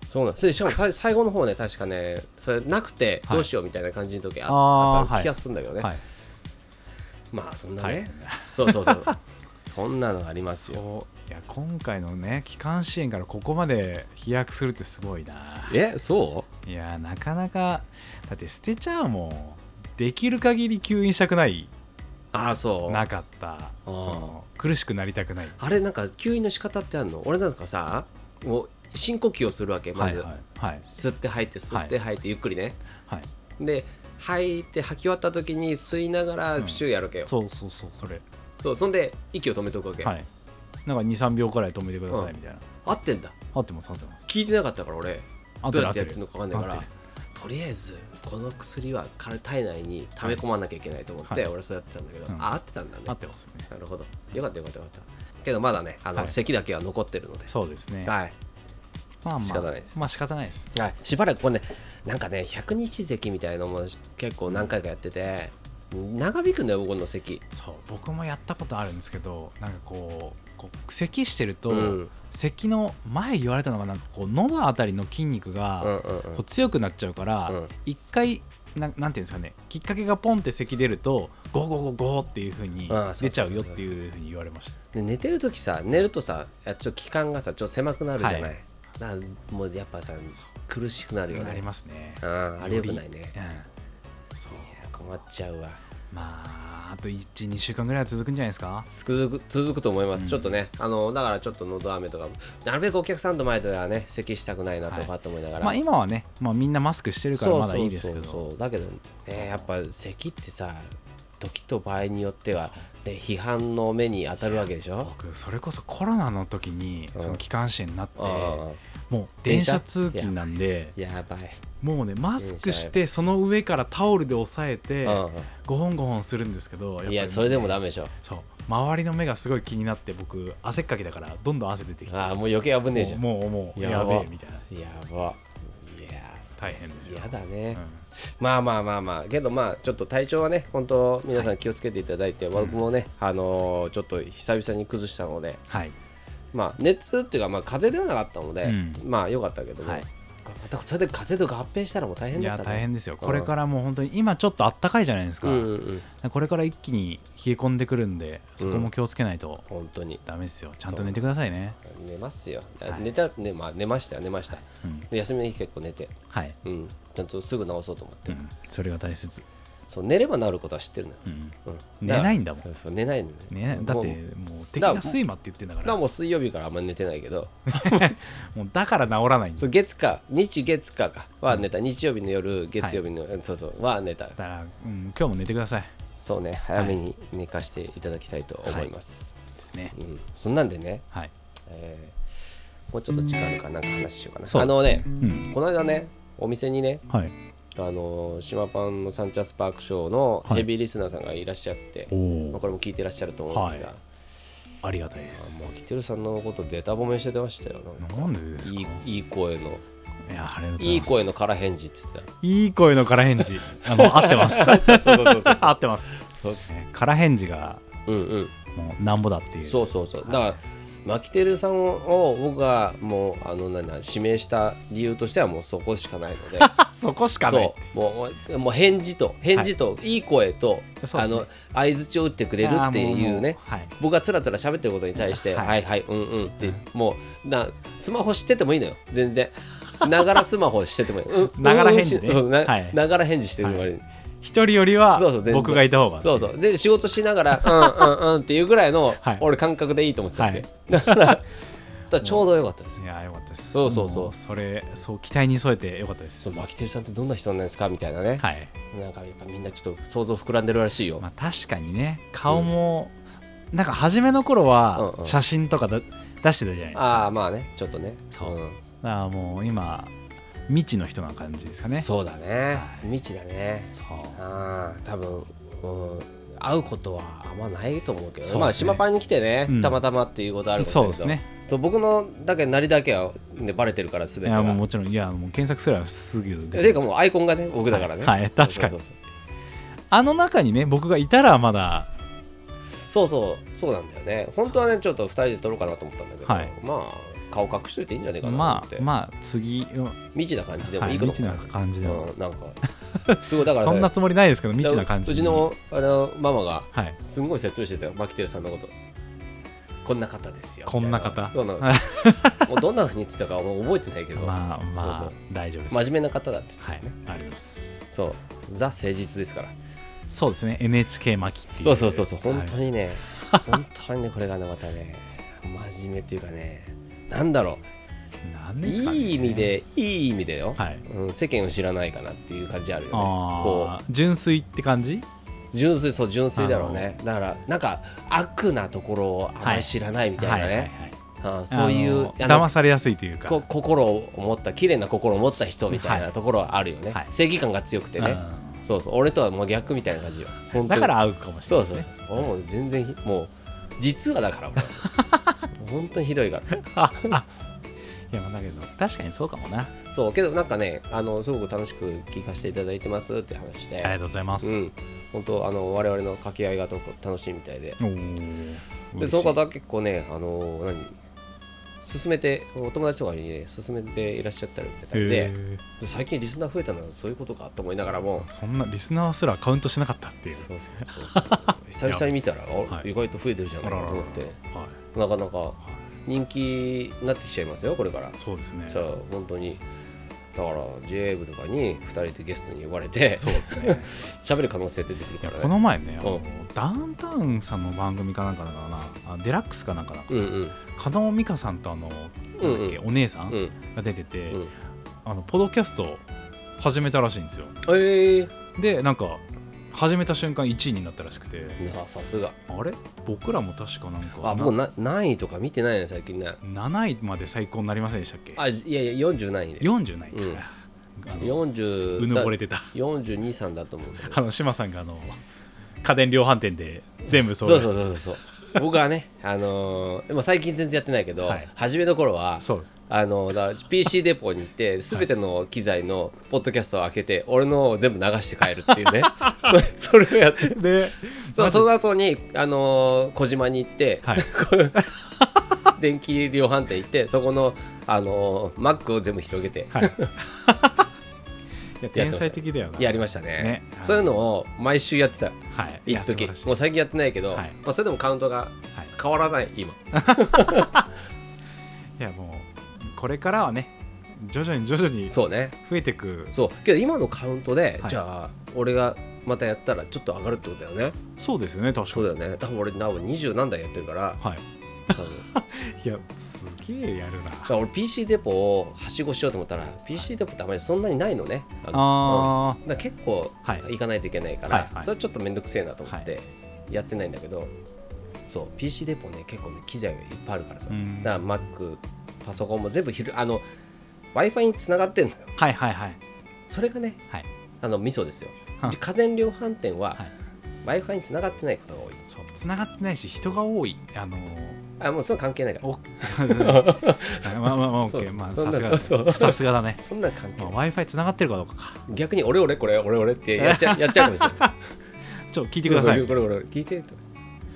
Speaker 1: そうなんですでしかもさい最後の方ね確かねそれなくて
Speaker 2: はい
Speaker 1: どうしようみたいな感じの時あ,、
Speaker 2: あー
Speaker 1: あった
Speaker 2: はい
Speaker 1: 気がするんだけどね、
Speaker 2: にはい
Speaker 1: まあそんな
Speaker 2: は
Speaker 1: ね、
Speaker 2: い
Speaker 1: そうそうそう そんなのありますよ
Speaker 2: そういや今回のね機関支援からここまで飛躍するってすごいな
Speaker 1: えそ
Speaker 2: いやなかなかだって捨てちゃうもんできる限り吸引したくないう
Speaker 1: ああそう
Speaker 2: なかったその苦しくなりたくない
Speaker 1: あれなんか吸引の仕方ってあるの俺なんかさもう深呼吸をするわけま
Speaker 2: はい
Speaker 1: ず、
Speaker 2: はいはい
Speaker 1: 吸って吐いて吸って吐いてゆっくりね、
Speaker 2: はい
Speaker 1: で吐いて吐き終わった時に吸いながら
Speaker 2: うん
Speaker 1: プシューやるわけよ、
Speaker 2: そうそうそうそれ
Speaker 1: そうそんで息を止めておくわけ、
Speaker 2: はいなんか23秒くらい止めてくださいみたいな
Speaker 1: 合ってんだ
Speaker 2: 合ってます合ってます
Speaker 1: 聞いてなかったから俺
Speaker 2: 合
Speaker 1: ど
Speaker 2: って
Speaker 1: う
Speaker 2: る
Speaker 1: やっ
Speaker 2: 合って
Speaker 1: や
Speaker 2: て
Speaker 1: ってる
Speaker 2: る
Speaker 1: のか分かんないか
Speaker 2: 合
Speaker 1: ら
Speaker 2: ってる
Speaker 1: とりあえずこの薬は体体内に溜め込まなきゃいけないと思って、
Speaker 2: はい
Speaker 1: 俺はそうやってたんだけど、
Speaker 2: うん
Speaker 1: あ合ってたんだね
Speaker 2: 合ってますね
Speaker 1: なるほどよかったよかったよかったけどまだねあの、
Speaker 2: はい
Speaker 1: 咳だけは残ってるので
Speaker 2: そうですね
Speaker 1: はい、
Speaker 2: まあまあ
Speaker 1: 仕方ないです
Speaker 2: まあ仕方ないです
Speaker 1: はい、しばらくこれねなんかね100日咳みたいのも結構何回かやってて長引くんだよ僕の咳
Speaker 2: そう僕もやったことあるんですけどなんかこうこう咳してると、
Speaker 1: うん
Speaker 2: 咳の前言われたのがなんかこう喉あたりの筋
Speaker 1: う
Speaker 2: 肉
Speaker 1: んうん
Speaker 2: が
Speaker 1: うん
Speaker 2: こう強くなっちゃうから、
Speaker 1: うん
Speaker 2: 一回ななんていうんですかねきっかけがポンって咳出るとゴーゴーゴーゴーっていう風に
Speaker 1: ああそう
Speaker 2: 出ちゃうよっていう風に言われました
Speaker 1: で寝てる時さ寝るとさやっちょっと気管がさちょっと狭くなるじゃない、
Speaker 2: はい
Speaker 1: だからもうやっぱさ苦しくなるよね
Speaker 2: なりますね
Speaker 1: うんあれよくないね
Speaker 2: よりうんそう
Speaker 1: いや困っちゃうわ
Speaker 2: まああと12週間ぐらいは続くんじゃないですか
Speaker 1: 続く続くと思います、
Speaker 2: うん
Speaker 1: ちょっとねあのだからちょっと喉飴とかなるべくお客さんの前ではね咳したくないなとかって思いながら、
Speaker 2: まあ今はね、まあ、みんなマスクしてるからまだいいですけ
Speaker 1: そうそう
Speaker 2: ど
Speaker 1: そうだけどねやっぱ咳ってさ時と場合によっては、ね、批判の目に当たるわけでしょ
Speaker 2: 僕それこそコロナの時に
Speaker 1: うん
Speaker 2: その機関支援になって、
Speaker 1: あ
Speaker 2: もう電車通勤なんで
Speaker 1: あやばい、
Speaker 2: もうねマスクしてその上からタオルで押さえて
Speaker 1: うん
Speaker 2: 5本5本するんですけどやっぱ
Speaker 1: うん
Speaker 2: り
Speaker 1: い
Speaker 2: ね
Speaker 1: やそれでもダメでしょ
Speaker 2: そう周りの目がすごい気になって僕汗っかきだからどんどん汗出てきて
Speaker 1: ああもう余計危ねえじゃん
Speaker 2: もうもう
Speaker 1: や
Speaker 2: や
Speaker 1: ば
Speaker 2: べえみたいな
Speaker 1: やばいや
Speaker 2: 大変です
Speaker 1: ー
Speaker 2: よ
Speaker 1: やだね、
Speaker 2: うん
Speaker 1: まあまあまあまあけどまあちょっと体調はね本当皆さん気をつけていただいて、僕もねあのーちょっと久々に崩したので
Speaker 2: はい
Speaker 1: まあ熱っていうかまあ風邪ではなかったので、
Speaker 2: うん
Speaker 1: まあ良かったけども、
Speaker 2: はい
Speaker 1: またそれで風邪と合併したらもう大変
Speaker 2: い
Speaker 1: だ
Speaker 2: や
Speaker 1: った
Speaker 2: 大変ですよ
Speaker 1: うん
Speaker 2: これからもう本当に今ちょっとあったかいじゃないですか、
Speaker 1: うんうんうん
Speaker 2: これから一気に冷え込んでくるんでそこも気をつけないと
Speaker 1: 本当に
Speaker 2: ダメですよちゃんと寝てくださいね
Speaker 1: 寝ますよ、
Speaker 2: はい
Speaker 1: 寝た、ねまあ、寝ましたよ寝ました、
Speaker 2: うん
Speaker 1: で休みの日結構寝て、
Speaker 2: はい、
Speaker 1: うん、ちゃんとすぐ治そうと思って、
Speaker 2: うん、それが大切、
Speaker 1: そう寝れば治ることは知ってるのよ、
Speaker 2: うん、
Speaker 1: うん、
Speaker 2: 寝ないんだもん
Speaker 1: そうそう寝ないのね
Speaker 2: ねだって
Speaker 1: もう
Speaker 2: もう敵が睡魔って言ってんだか
Speaker 1: だから
Speaker 2: ら
Speaker 1: もう水曜日からあんまり寝てないけど
Speaker 2: もうだから治らないんだ
Speaker 1: そう月か日月かかは寝た、日曜日の夜月曜日の、そうそうは寝た
Speaker 2: だから、うん、今日も寝てください
Speaker 1: そうね早めに寝かしていただきたいと思います、
Speaker 2: ですね
Speaker 1: うん、そんなんでね、
Speaker 2: はい
Speaker 1: えーもうちょっと時間あるからなんか話しようかな
Speaker 2: そう
Speaker 1: あ
Speaker 2: です
Speaker 1: のね
Speaker 2: うん
Speaker 1: この間ねお店にね
Speaker 2: はい
Speaker 1: あの島パンのサンチャスパークショーの
Speaker 2: はい
Speaker 1: ヘビーリスナーさんがいらっしゃって、
Speaker 2: お
Speaker 1: まあ、
Speaker 2: お
Speaker 1: これも聞いてらっしゃると思うんですが、
Speaker 2: はいありがたいで
Speaker 1: もう
Speaker 2: す
Speaker 1: キテルさんのことベタ褒めしてましたよなんか
Speaker 2: なんでですか
Speaker 1: いいいい声の
Speaker 2: いやありがとうございます
Speaker 1: いい声の空返事っつって
Speaker 2: いい声の空返事 あの合ってます
Speaker 1: たそうそうそう
Speaker 2: 合ってます
Speaker 1: そうそ
Speaker 2: ね空返事が
Speaker 1: ううんうん
Speaker 2: もうなんぼだっていう
Speaker 1: そうそうそう、
Speaker 2: はい
Speaker 1: だからマキテルさんを僕がもうあの何だ指名した理由としてはもうそこしかないの で
Speaker 2: そこしかない
Speaker 1: そうもうもう返事と返事と、い、い声と、
Speaker 2: そう
Speaker 1: あ
Speaker 2: ですね
Speaker 1: の相づちを打ってくれるっていうね
Speaker 2: あーもうはい
Speaker 1: 僕がつらつら喋ってることに対して「
Speaker 2: はい
Speaker 1: はいはいうんうん」って、もうなスマホ知っててもいいのよ全然ながらスマホしててもいいうん
Speaker 2: ながら返事ね
Speaker 1: うんうんしそうな
Speaker 2: はい
Speaker 1: ながら返事してるのに
Speaker 2: 一人よりは
Speaker 1: そうそう全然
Speaker 2: 僕がいた方がね
Speaker 1: そうそうで仕事しなが ら「うんうんうん」っていうぐらいの、
Speaker 2: はい
Speaker 1: 俺感覚でいいと思ってたんで、
Speaker 2: は
Speaker 1: だからだからちょうどよかったですよ
Speaker 2: いやーよかったです
Speaker 1: そうそうそう
Speaker 2: もそれそう期待に添えてよかったで
Speaker 1: そ
Speaker 2: す
Speaker 1: うマキテルさんってどんな人なんですかみたいなね、
Speaker 2: はい
Speaker 1: なんかやっぱみんなちょっと想像膨らんでるらしいよ、
Speaker 2: まあ確かにね顔も、なんか初めの頃は
Speaker 1: うんうん
Speaker 2: 写真とかだ、出してたじゃないです
Speaker 1: ああ
Speaker 2: か
Speaker 1: まあねちょっとね
Speaker 2: そう
Speaker 1: うん
Speaker 2: だからもう今未知の人な感じですかね
Speaker 1: そうだね、
Speaker 2: はい
Speaker 1: 未知だね
Speaker 2: そう
Speaker 1: ああ多分、うん、会うことはあんまないと思うけど、
Speaker 2: そうですね
Speaker 1: まあ島パンに来てね、
Speaker 2: うん
Speaker 1: たまたまっていうことあること
Speaker 2: そ
Speaker 1: だ
Speaker 2: う
Speaker 1: け
Speaker 2: で
Speaker 1: ど
Speaker 2: すね
Speaker 1: そう僕のだけなりだけは、ね、バレてるから全
Speaker 2: い
Speaker 1: て
Speaker 2: や
Speaker 1: が
Speaker 2: もうもちろんいやもう検索すればすぐ
Speaker 1: ていうか
Speaker 2: う
Speaker 1: もうアイコンがね僕だからね、
Speaker 2: はいはい確かにあの中にね僕がいたらまだ
Speaker 1: そうそうそうそうそうなんだよね本当はねちょっと2人で撮ろうかなと思ったんだけど、
Speaker 2: はい
Speaker 1: まあ顔隠しといていいんじゃないかな
Speaker 2: ま
Speaker 1: と思って、
Speaker 2: あまあ次
Speaker 1: 未知な感じでも
Speaker 2: はい
Speaker 1: い
Speaker 2: い
Speaker 1: か
Speaker 2: 未
Speaker 1: な
Speaker 2: 知な感じでも
Speaker 1: うん、なんかすごいだからね
Speaker 2: そんなつもりないですけど未知な感じ
Speaker 1: う
Speaker 2: に
Speaker 1: ちのあのママが
Speaker 2: はい
Speaker 1: すんごい説明してたよマキテルさんのことこんな方ですよ
Speaker 2: こんな方
Speaker 1: みたいなどうなもうどんなふうに言ってたかもう覚えてないけど、
Speaker 2: まあまあ
Speaker 1: そう
Speaker 2: 大丈夫です
Speaker 1: 真面目な方だって言ってた
Speaker 2: はい
Speaker 1: よね、
Speaker 2: あります
Speaker 1: そうザ誠実ですから
Speaker 2: そうですね NHK 巻きっていう
Speaker 1: そうそうそうそう本当
Speaker 2: はい
Speaker 1: にね本当にねこれがねまたね真面目っていうかねなんだろ
Speaker 2: なん
Speaker 1: う、
Speaker 2: ですかね
Speaker 1: いい意味でいい意味でよ、
Speaker 2: はい
Speaker 1: うん、世間を知らないかなっていう感じあるよねこう
Speaker 2: ああ純粋って感じ
Speaker 1: 純粋そう純粋だろうねだからなんか悪なところをあまり知らないみたいなね、あーそういう
Speaker 2: あ
Speaker 1: あ
Speaker 2: の
Speaker 1: の
Speaker 2: 騙されやすいというか
Speaker 1: こ心を持った綺麗な心を持った人みたい
Speaker 2: は
Speaker 1: ないところはあるよね、
Speaker 2: はい
Speaker 1: 正義感が強くてね、そうそう俺とはもう逆みたいな感じよ本当
Speaker 2: うん
Speaker 1: に
Speaker 2: だから合うかもしれ
Speaker 1: そ
Speaker 2: な
Speaker 1: う
Speaker 2: いで
Speaker 1: そう
Speaker 2: すね
Speaker 1: そうそう俺もう全然ひもう実はだから俺 本当にひどいから
Speaker 2: いやまあだけど確かにそうかもなあ
Speaker 1: そうけどなんかねあのすごく楽しく聞かせていただいてますって話
Speaker 2: り
Speaker 1: で
Speaker 2: がとうございます
Speaker 1: うん本当あの我々の掛け合いがと楽しいみたいで
Speaker 2: おー
Speaker 1: で
Speaker 2: 嬉し
Speaker 1: そ
Speaker 2: い
Speaker 1: の方は結構ね、あの何勧めてお友達とかにね勧めていらっしゃったりみたい
Speaker 2: へ
Speaker 1: で
Speaker 2: ー
Speaker 1: 最近リスナー増えたのはそういうことかと思いながらも
Speaker 2: そんなリスナーすらカウントしてなかったっていう
Speaker 1: そうそうそうそう久々に見たら、あ
Speaker 2: はい
Speaker 1: 意外と増えてるじゃないかと思って
Speaker 2: は
Speaker 1: なかなか人気になってきちゃいますよこれから
Speaker 2: いそうですね
Speaker 1: そう本当にだから j 部とかに2人でゲストに呼ばれて
Speaker 2: そうですね
Speaker 1: 喋る可能性出てくる
Speaker 2: い
Speaker 1: か
Speaker 2: や
Speaker 1: ら
Speaker 2: こ
Speaker 1: ね
Speaker 2: の前ね、
Speaker 1: ん
Speaker 2: あのダウンタウンさんの番組かなんかだからなあデラックスかなんかだか
Speaker 1: うんうん
Speaker 2: ら加納美香さんとあの、
Speaker 1: うんうん
Speaker 2: なんだっけお姉さん
Speaker 1: うん
Speaker 2: が出てて、
Speaker 1: うん
Speaker 2: あのポドキャストを始めたらしいんですよ
Speaker 1: ええ
Speaker 2: でなんか始めた瞬間1位になったらしくて
Speaker 1: さすが
Speaker 2: あれ僕らも確かなんか
Speaker 1: あ僕な何位とか見てないの最近ね
Speaker 2: 7位まで最高になりませんでしたっけ
Speaker 1: あいやいや40何位で
Speaker 2: 40ないから、あの
Speaker 1: 40
Speaker 2: うぬぼれてた
Speaker 1: 423だと思うんだけど
Speaker 2: あの志麻さんがあの家電量販店で全部そ
Speaker 1: そううそうそうそうそう僕はね、あのーでも最近全然やってないけど、
Speaker 2: はい
Speaker 1: 初めの頃は
Speaker 2: そうです
Speaker 1: あのだから PC デポに行って全ての機材のポッドキャストを開けて、俺のを全部流して帰るっていう ねそれそれをやって
Speaker 2: で
Speaker 1: そ
Speaker 2: ま
Speaker 1: う
Speaker 2: ず
Speaker 1: その後にあのー小島に行って、
Speaker 2: はい
Speaker 1: 電気量販店行ってそこのあのー Mac を全部広げて
Speaker 2: はいいや天才的だよな
Speaker 1: やりましたね
Speaker 2: ねはい
Speaker 1: そういうのを毎週やってた
Speaker 2: はいい
Speaker 1: 一
Speaker 2: や素
Speaker 1: 時
Speaker 2: 晴らしい
Speaker 1: もう最近やってないけど、
Speaker 2: はい
Speaker 1: まあ、それでもカウントが
Speaker 2: はい
Speaker 1: 変わらない今
Speaker 2: いやもうこれからはね徐々に徐々に増
Speaker 1: そうね
Speaker 2: えていく
Speaker 1: そうけど今のカウントで、
Speaker 2: はい
Speaker 1: じゃあ俺がまたやったらちょっと上がるってことだよね
Speaker 2: そうですよね確か
Speaker 1: そう
Speaker 2: に
Speaker 1: だよね多分俺多分20何台やってるから
Speaker 2: はい
Speaker 1: 多分だか
Speaker 2: いやすげえやるな
Speaker 1: ら俺 PC デポをはしごしようと思ったら PC デポってあまりそんなにないのねあの
Speaker 2: あ
Speaker 1: うんだから結構
Speaker 2: はい
Speaker 1: 行かないといけないから、
Speaker 2: はいはい
Speaker 1: それはちょっと面倒くせえなと思ってやってないんだけど、そう PC デポね結構ね機材がいっぱいあるからさ、
Speaker 2: うん
Speaker 1: だから Mac パソコンも全部ひるあの w i f i につながってんのよ
Speaker 2: ーはいはいはい
Speaker 1: それがね
Speaker 2: はい
Speaker 1: あのミソですよ
Speaker 2: は
Speaker 1: で家電量販店は
Speaker 2: はい
Speaker 1: w i f i につながってないことが多い
Speaker 2: そう繋がってないし人が多いあのー
Speaker 1: あもうそれ関係ないから
Speaker 2: お まあまあまあ
Speaker 1: そう
Speaker 2: OK まあ
Speaker 1: そん
Speaker 2: さ
Speaker 1: な
Speaker 2: す
Speaker 1: そ
Speaker 2: が
Speaker 1: うそう
Speaker 2: ださすがだね
Speaker 1: そんなん関係
Speaker 2: ま
Speaker 1: ない
Speaker 2: あ w i f i 繋がってるかどうかか
Speaker 1: 逆に俺俺これ俺俺ってやっ ちゃやっちゃうかもしれない
Speaker 2: ちょっと聞いてください
Speaker 1: こ
Speaker 2: 確
Speaker 1: れ俺俺聞いてると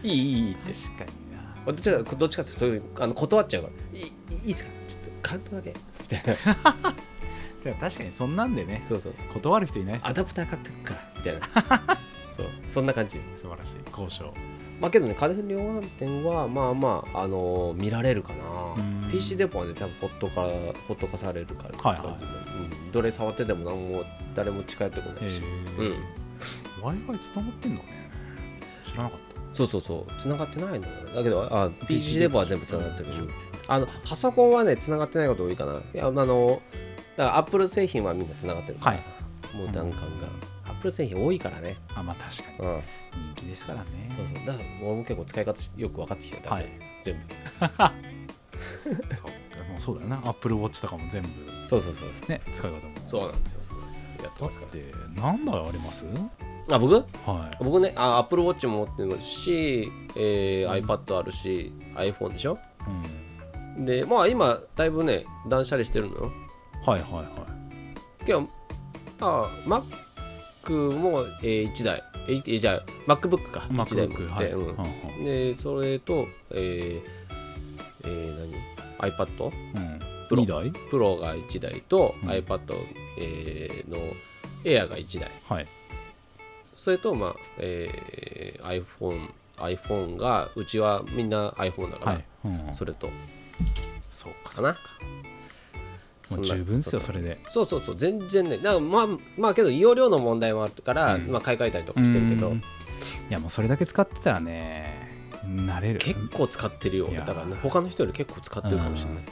Speaker 1: いいいいいいって
Speaker 2: かにな
Speaker 1: 私はどっちかっていうとそういうあの断っちゃうからいいいいっすかちょっとカウントだけみたい な
Speaker 2: じゃあ確かにそんなんでね
Speaker 1: そうそう
Speaker 2: 断る人いないです
Speaker 1: アダプター買ってくからみたいなそうそんな感じ
Speaker 2: 素晴らしい交渉
Speaker 1: まあけどね家電量販店はまあまあ、あのー見られるか
Speaker 2: う
Speaker 1: なん PC デポはね多分ほっとかほっとかされるから、
Speaker 2: はいはい
Speaker 1: うんどれ触ってても何も誰も近寄ってこな
Speaker 2: え
Speaker 1: いし、
Speaker 2: ー
Speaker 1: うん
Speaker 2: w i f i 繋がってんのね知らなかっ
Speaker 1: そうそうそう繋がってないのよだけどあ PC
Speaker 2: PC
Speaker 1: デポは全部繋がってる
Speaker 2: でしょ
Speaker 1: あのパソコンはね繋がってないこと多いかないやあのだからアップル製品はみんな繋がってるから、
Speaker 2: は
Speaker 1: もう段階が、アップル製品多いからね
Speaker 2: たあまあ確かに
Speaker 1: うん
Speaker 2: 人気ですからね
Speaker 1: そうそうだから俺も結構使い方しよく分かってきてた、
Speaker 2: はい
Speaker 1: 全部
Speaker 2: そうもうそうだよな Apple Watch とかも全部
Speaker 1: そうそうそうそう
Speaker 2: ね使い方も
Speaker 1: そうなんですよそうなんですよやって
Speaker 2: だっ
Speaker 1: ますか
Speaker 2: て何台あります
Speaker 1: らあ僕
Speaker 2: はい
Speaker 1: 僕ねあ Apple Watch も持ってるし、えー iPad あるし iPhone でしょ
Speaker 2: うん
Speaker 1: でまあ今だいぶね断捨離してるのよ
Speaker 2: はいはいはい
Speaker 1: けどあ Mac も、えー1台えーえーじゃあ MacBook か1台持って
Speaker 2: MacBook はい
Speaker 1: うん
Speaker 2: うんうん
Speaker 1: でそれとえー、えー何 iPad
Speaker 2: うん
Speaker 1: プロ
Speaker 2: 2台
Speaker 1: Pro が1台と、
Speaker 2: うん
Speaker 1: iPad、えーの Air が1台
Speaker 2: はい
Speaker 1: それと、まあえー iPhone, iPhone がうちはみんな iPhone だから、
Speaker 2: はいうん
Speaker 1: それと
Speaker 2: そうか
Speaker 1: かな
Speaker 2: も
Speaker 1: ん
Speaker 2: う
Speaker 1: な
Speaker 2: 十分ですよ
Speaker 1: そ
Speaker 2: そうれで
Speaker 1: そうそうそう全然ねだからまあまあけど容量の問題もあるから、
Speaker 2: うん
Speaker 1: まあ、買い替えたりとかしてるけど、
Speaker 2: うんいやもうそれだけ使ってたらね慣れる
Speaker 1: 結構使ってるよ
Speaker 2: いや
Speaker 1: だからね他の人より結構使ってるかもしれない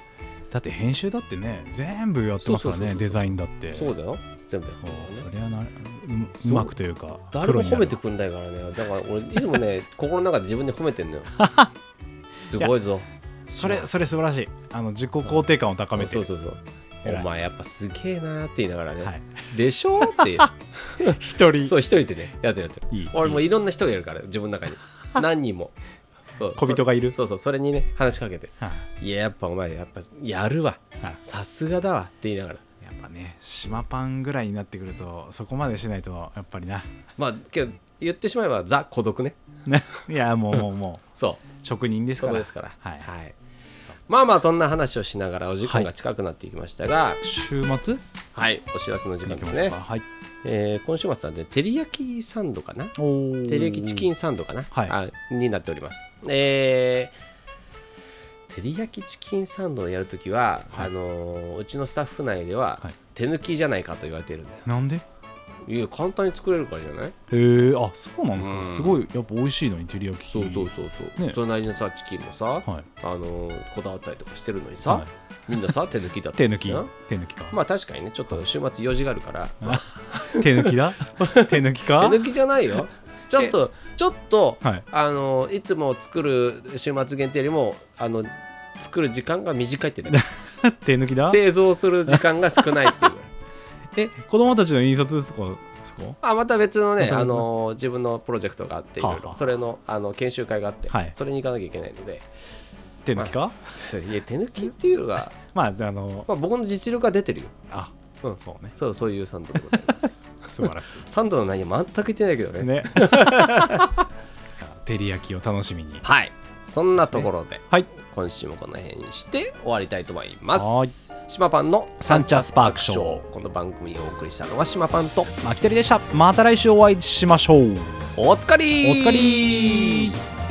Speaker 2: だって編集だってね全部やってますか
Speaker 1: そ
Speaker 2: ら
Speaker 1: うそうそうそ
Speaker 2: ね
Speaker 1: う
Speaker 2: デザインだって
Speaker 1: そうだよ全部やって
Speaker 2: そ
Speaker 1: るからね
Speaker 2: うそれはなう
Speaker 1: そう
Speaker 2: うまくというか
Speaker 1: 誰も褒めて
Speaker 2: プ
Speaker 1: くんないからねだから俺いつも ね心の中で自分で褒めてんのよすごいぞ
Speaker 2: ロになるそれそれ素晴らしいあの自己肯定感を高めて
Speaker 1: そうそうそう
Speaker 2: 偉い
Speaker 1: お前やっぱすげえなーって言いながらね、
Speaker 2: はい
Speaker 1: でしょーって言う
Speaker 2: 一 人
Speaker 1: そう一人でねやってるやってる
Speaker 2: いい
Speaker 1: 俺もう
Speaker 2: いい
Speaker 1: いろんな人がいるから自分の中に何人もそう
Speaker 2: 小人がいる
Speaker 1: そうそうそれにね話しかけて
Speaker 2: はい
Speaker 1: いややっぱお前やっぱやるわ
Speaker 2: はい
Speaker 1: さすがだわって言いながら
Speaker 2: やっぱね島パンぐらいになってくるとそこまでしないとやっぱりな
Speaker 1: まあけど言ってしまえばザ孤独ね
Speaker 2: いやもうもうもう
Speaker 1: そう
Speaker 2: 職人です
Speaker 1: そ
Speaker 2: か
Speaker 1: こ
Speaker 2: ら
Speaker 1: ですから
Speaker 2: はい
Speaker 1: まあまあそんな話をしながらお時間が近くなっていきましたがはい、
Speaker 2: 週末
Speaker 1: お知らせの時間で
Speaker 2: 行きますしょう
Speaker 1: ね
Speaker 2: か、はい
Speaker 1: えー今週末はね照り焼きサンドかな
Speaker 2: おー
Speaker 1: 照り焼きチキンサンドかな、
Speaker 2: はい
Speaker 1: あになっておりますえー照り焼きチキンサンドをやるときは、
Speaker 2: はい
Speaker 1: あのーうちのスタッフ内では、
Speaker 2: はい
Speaker 1: 手抜きじゃないかと言われてるんだよ
Speaker 2: なんで
Speaker 1: いや簡単に作れるからじゃない
Speaker 2: へえあそうなんです
Speaker 1: う
Speaker 2: か
Speaker 1: ん
Speaker 2: すごいやっぱ美味しいのに照り焼き
Speaker 1: そうそうそうそう、
Speaker 2: ね
Speaker 1: それなりのさチキンもさ、
Speaker 2: はい
Speaker 1: あのーこだわったりとかしてるのにさ、
Speaker 2: はい
Speaker 1: みんなさ手抜きだった
Speaker 2: 手
Speaker 1: んだ
Speaker 2: 抜
Speaker 1: よ
Speaker 2: き
Speaker 1: な
Speaker 2: 手抜きか
Speaker 1: まあ確かにねちょっと週末用事があるから
Speaker 2: 手抜き だ手抜き
Speaker 1: 手
Speaker 2: か
Speaker 1: 抜きじゃない よちょっとちょっと、
Speaker 2: はい
Speaker 1: あのいつも作る週末限定よりもあの 作る時間が短いってだけ
Speaker 2: 手抜きだ
Speaker 1: 製造する時間が少ないっていう
Speaker 2: え子供たちの引率そこそこ
Speaker 1: あまた別のね、
Speaker 2: また別の
Speaker 1: あの自分のプロジェクトがあってい
Speaker 2: はあ
Speaker 1: ろいろ
Speaker 2: はあ
Speaker 1: それのあの研修会があって、
Speaker 2: はい
Speaker 1: それに行かなきゃいけないので
Speaker 2: 手抜きか、
Speaker 1: いや手抜きっていうか、
Speaker 2: まああの
Speaker 1: まあ、僕の実力が出てるよ
Speaker 2: あ、
Speaker 1: うん
Speaker 2: そうね
Speaker 1: そうそういうサンドで ございます
Speaker 2: 素晴らし
Speaker 1: サンドの内容全く言ってない けどね
Speaker 2: いね 照り焼きを楽しみに
Speaker 1: はいそんなところで
Speaker 2: はい
Speaker 1: 今週もこの辺にして終わりたいと思いま
Speaker 2: はーい
Speaker 1: す島パンの
Speaker 2: サンチャスパークショー
Speaker 1: この番組をお送りしたのは島パンと
Speaker 2: マキテリでしたまた来週お会いしましょう
Speaker 1: おつかり
Speaker 2: お疲れ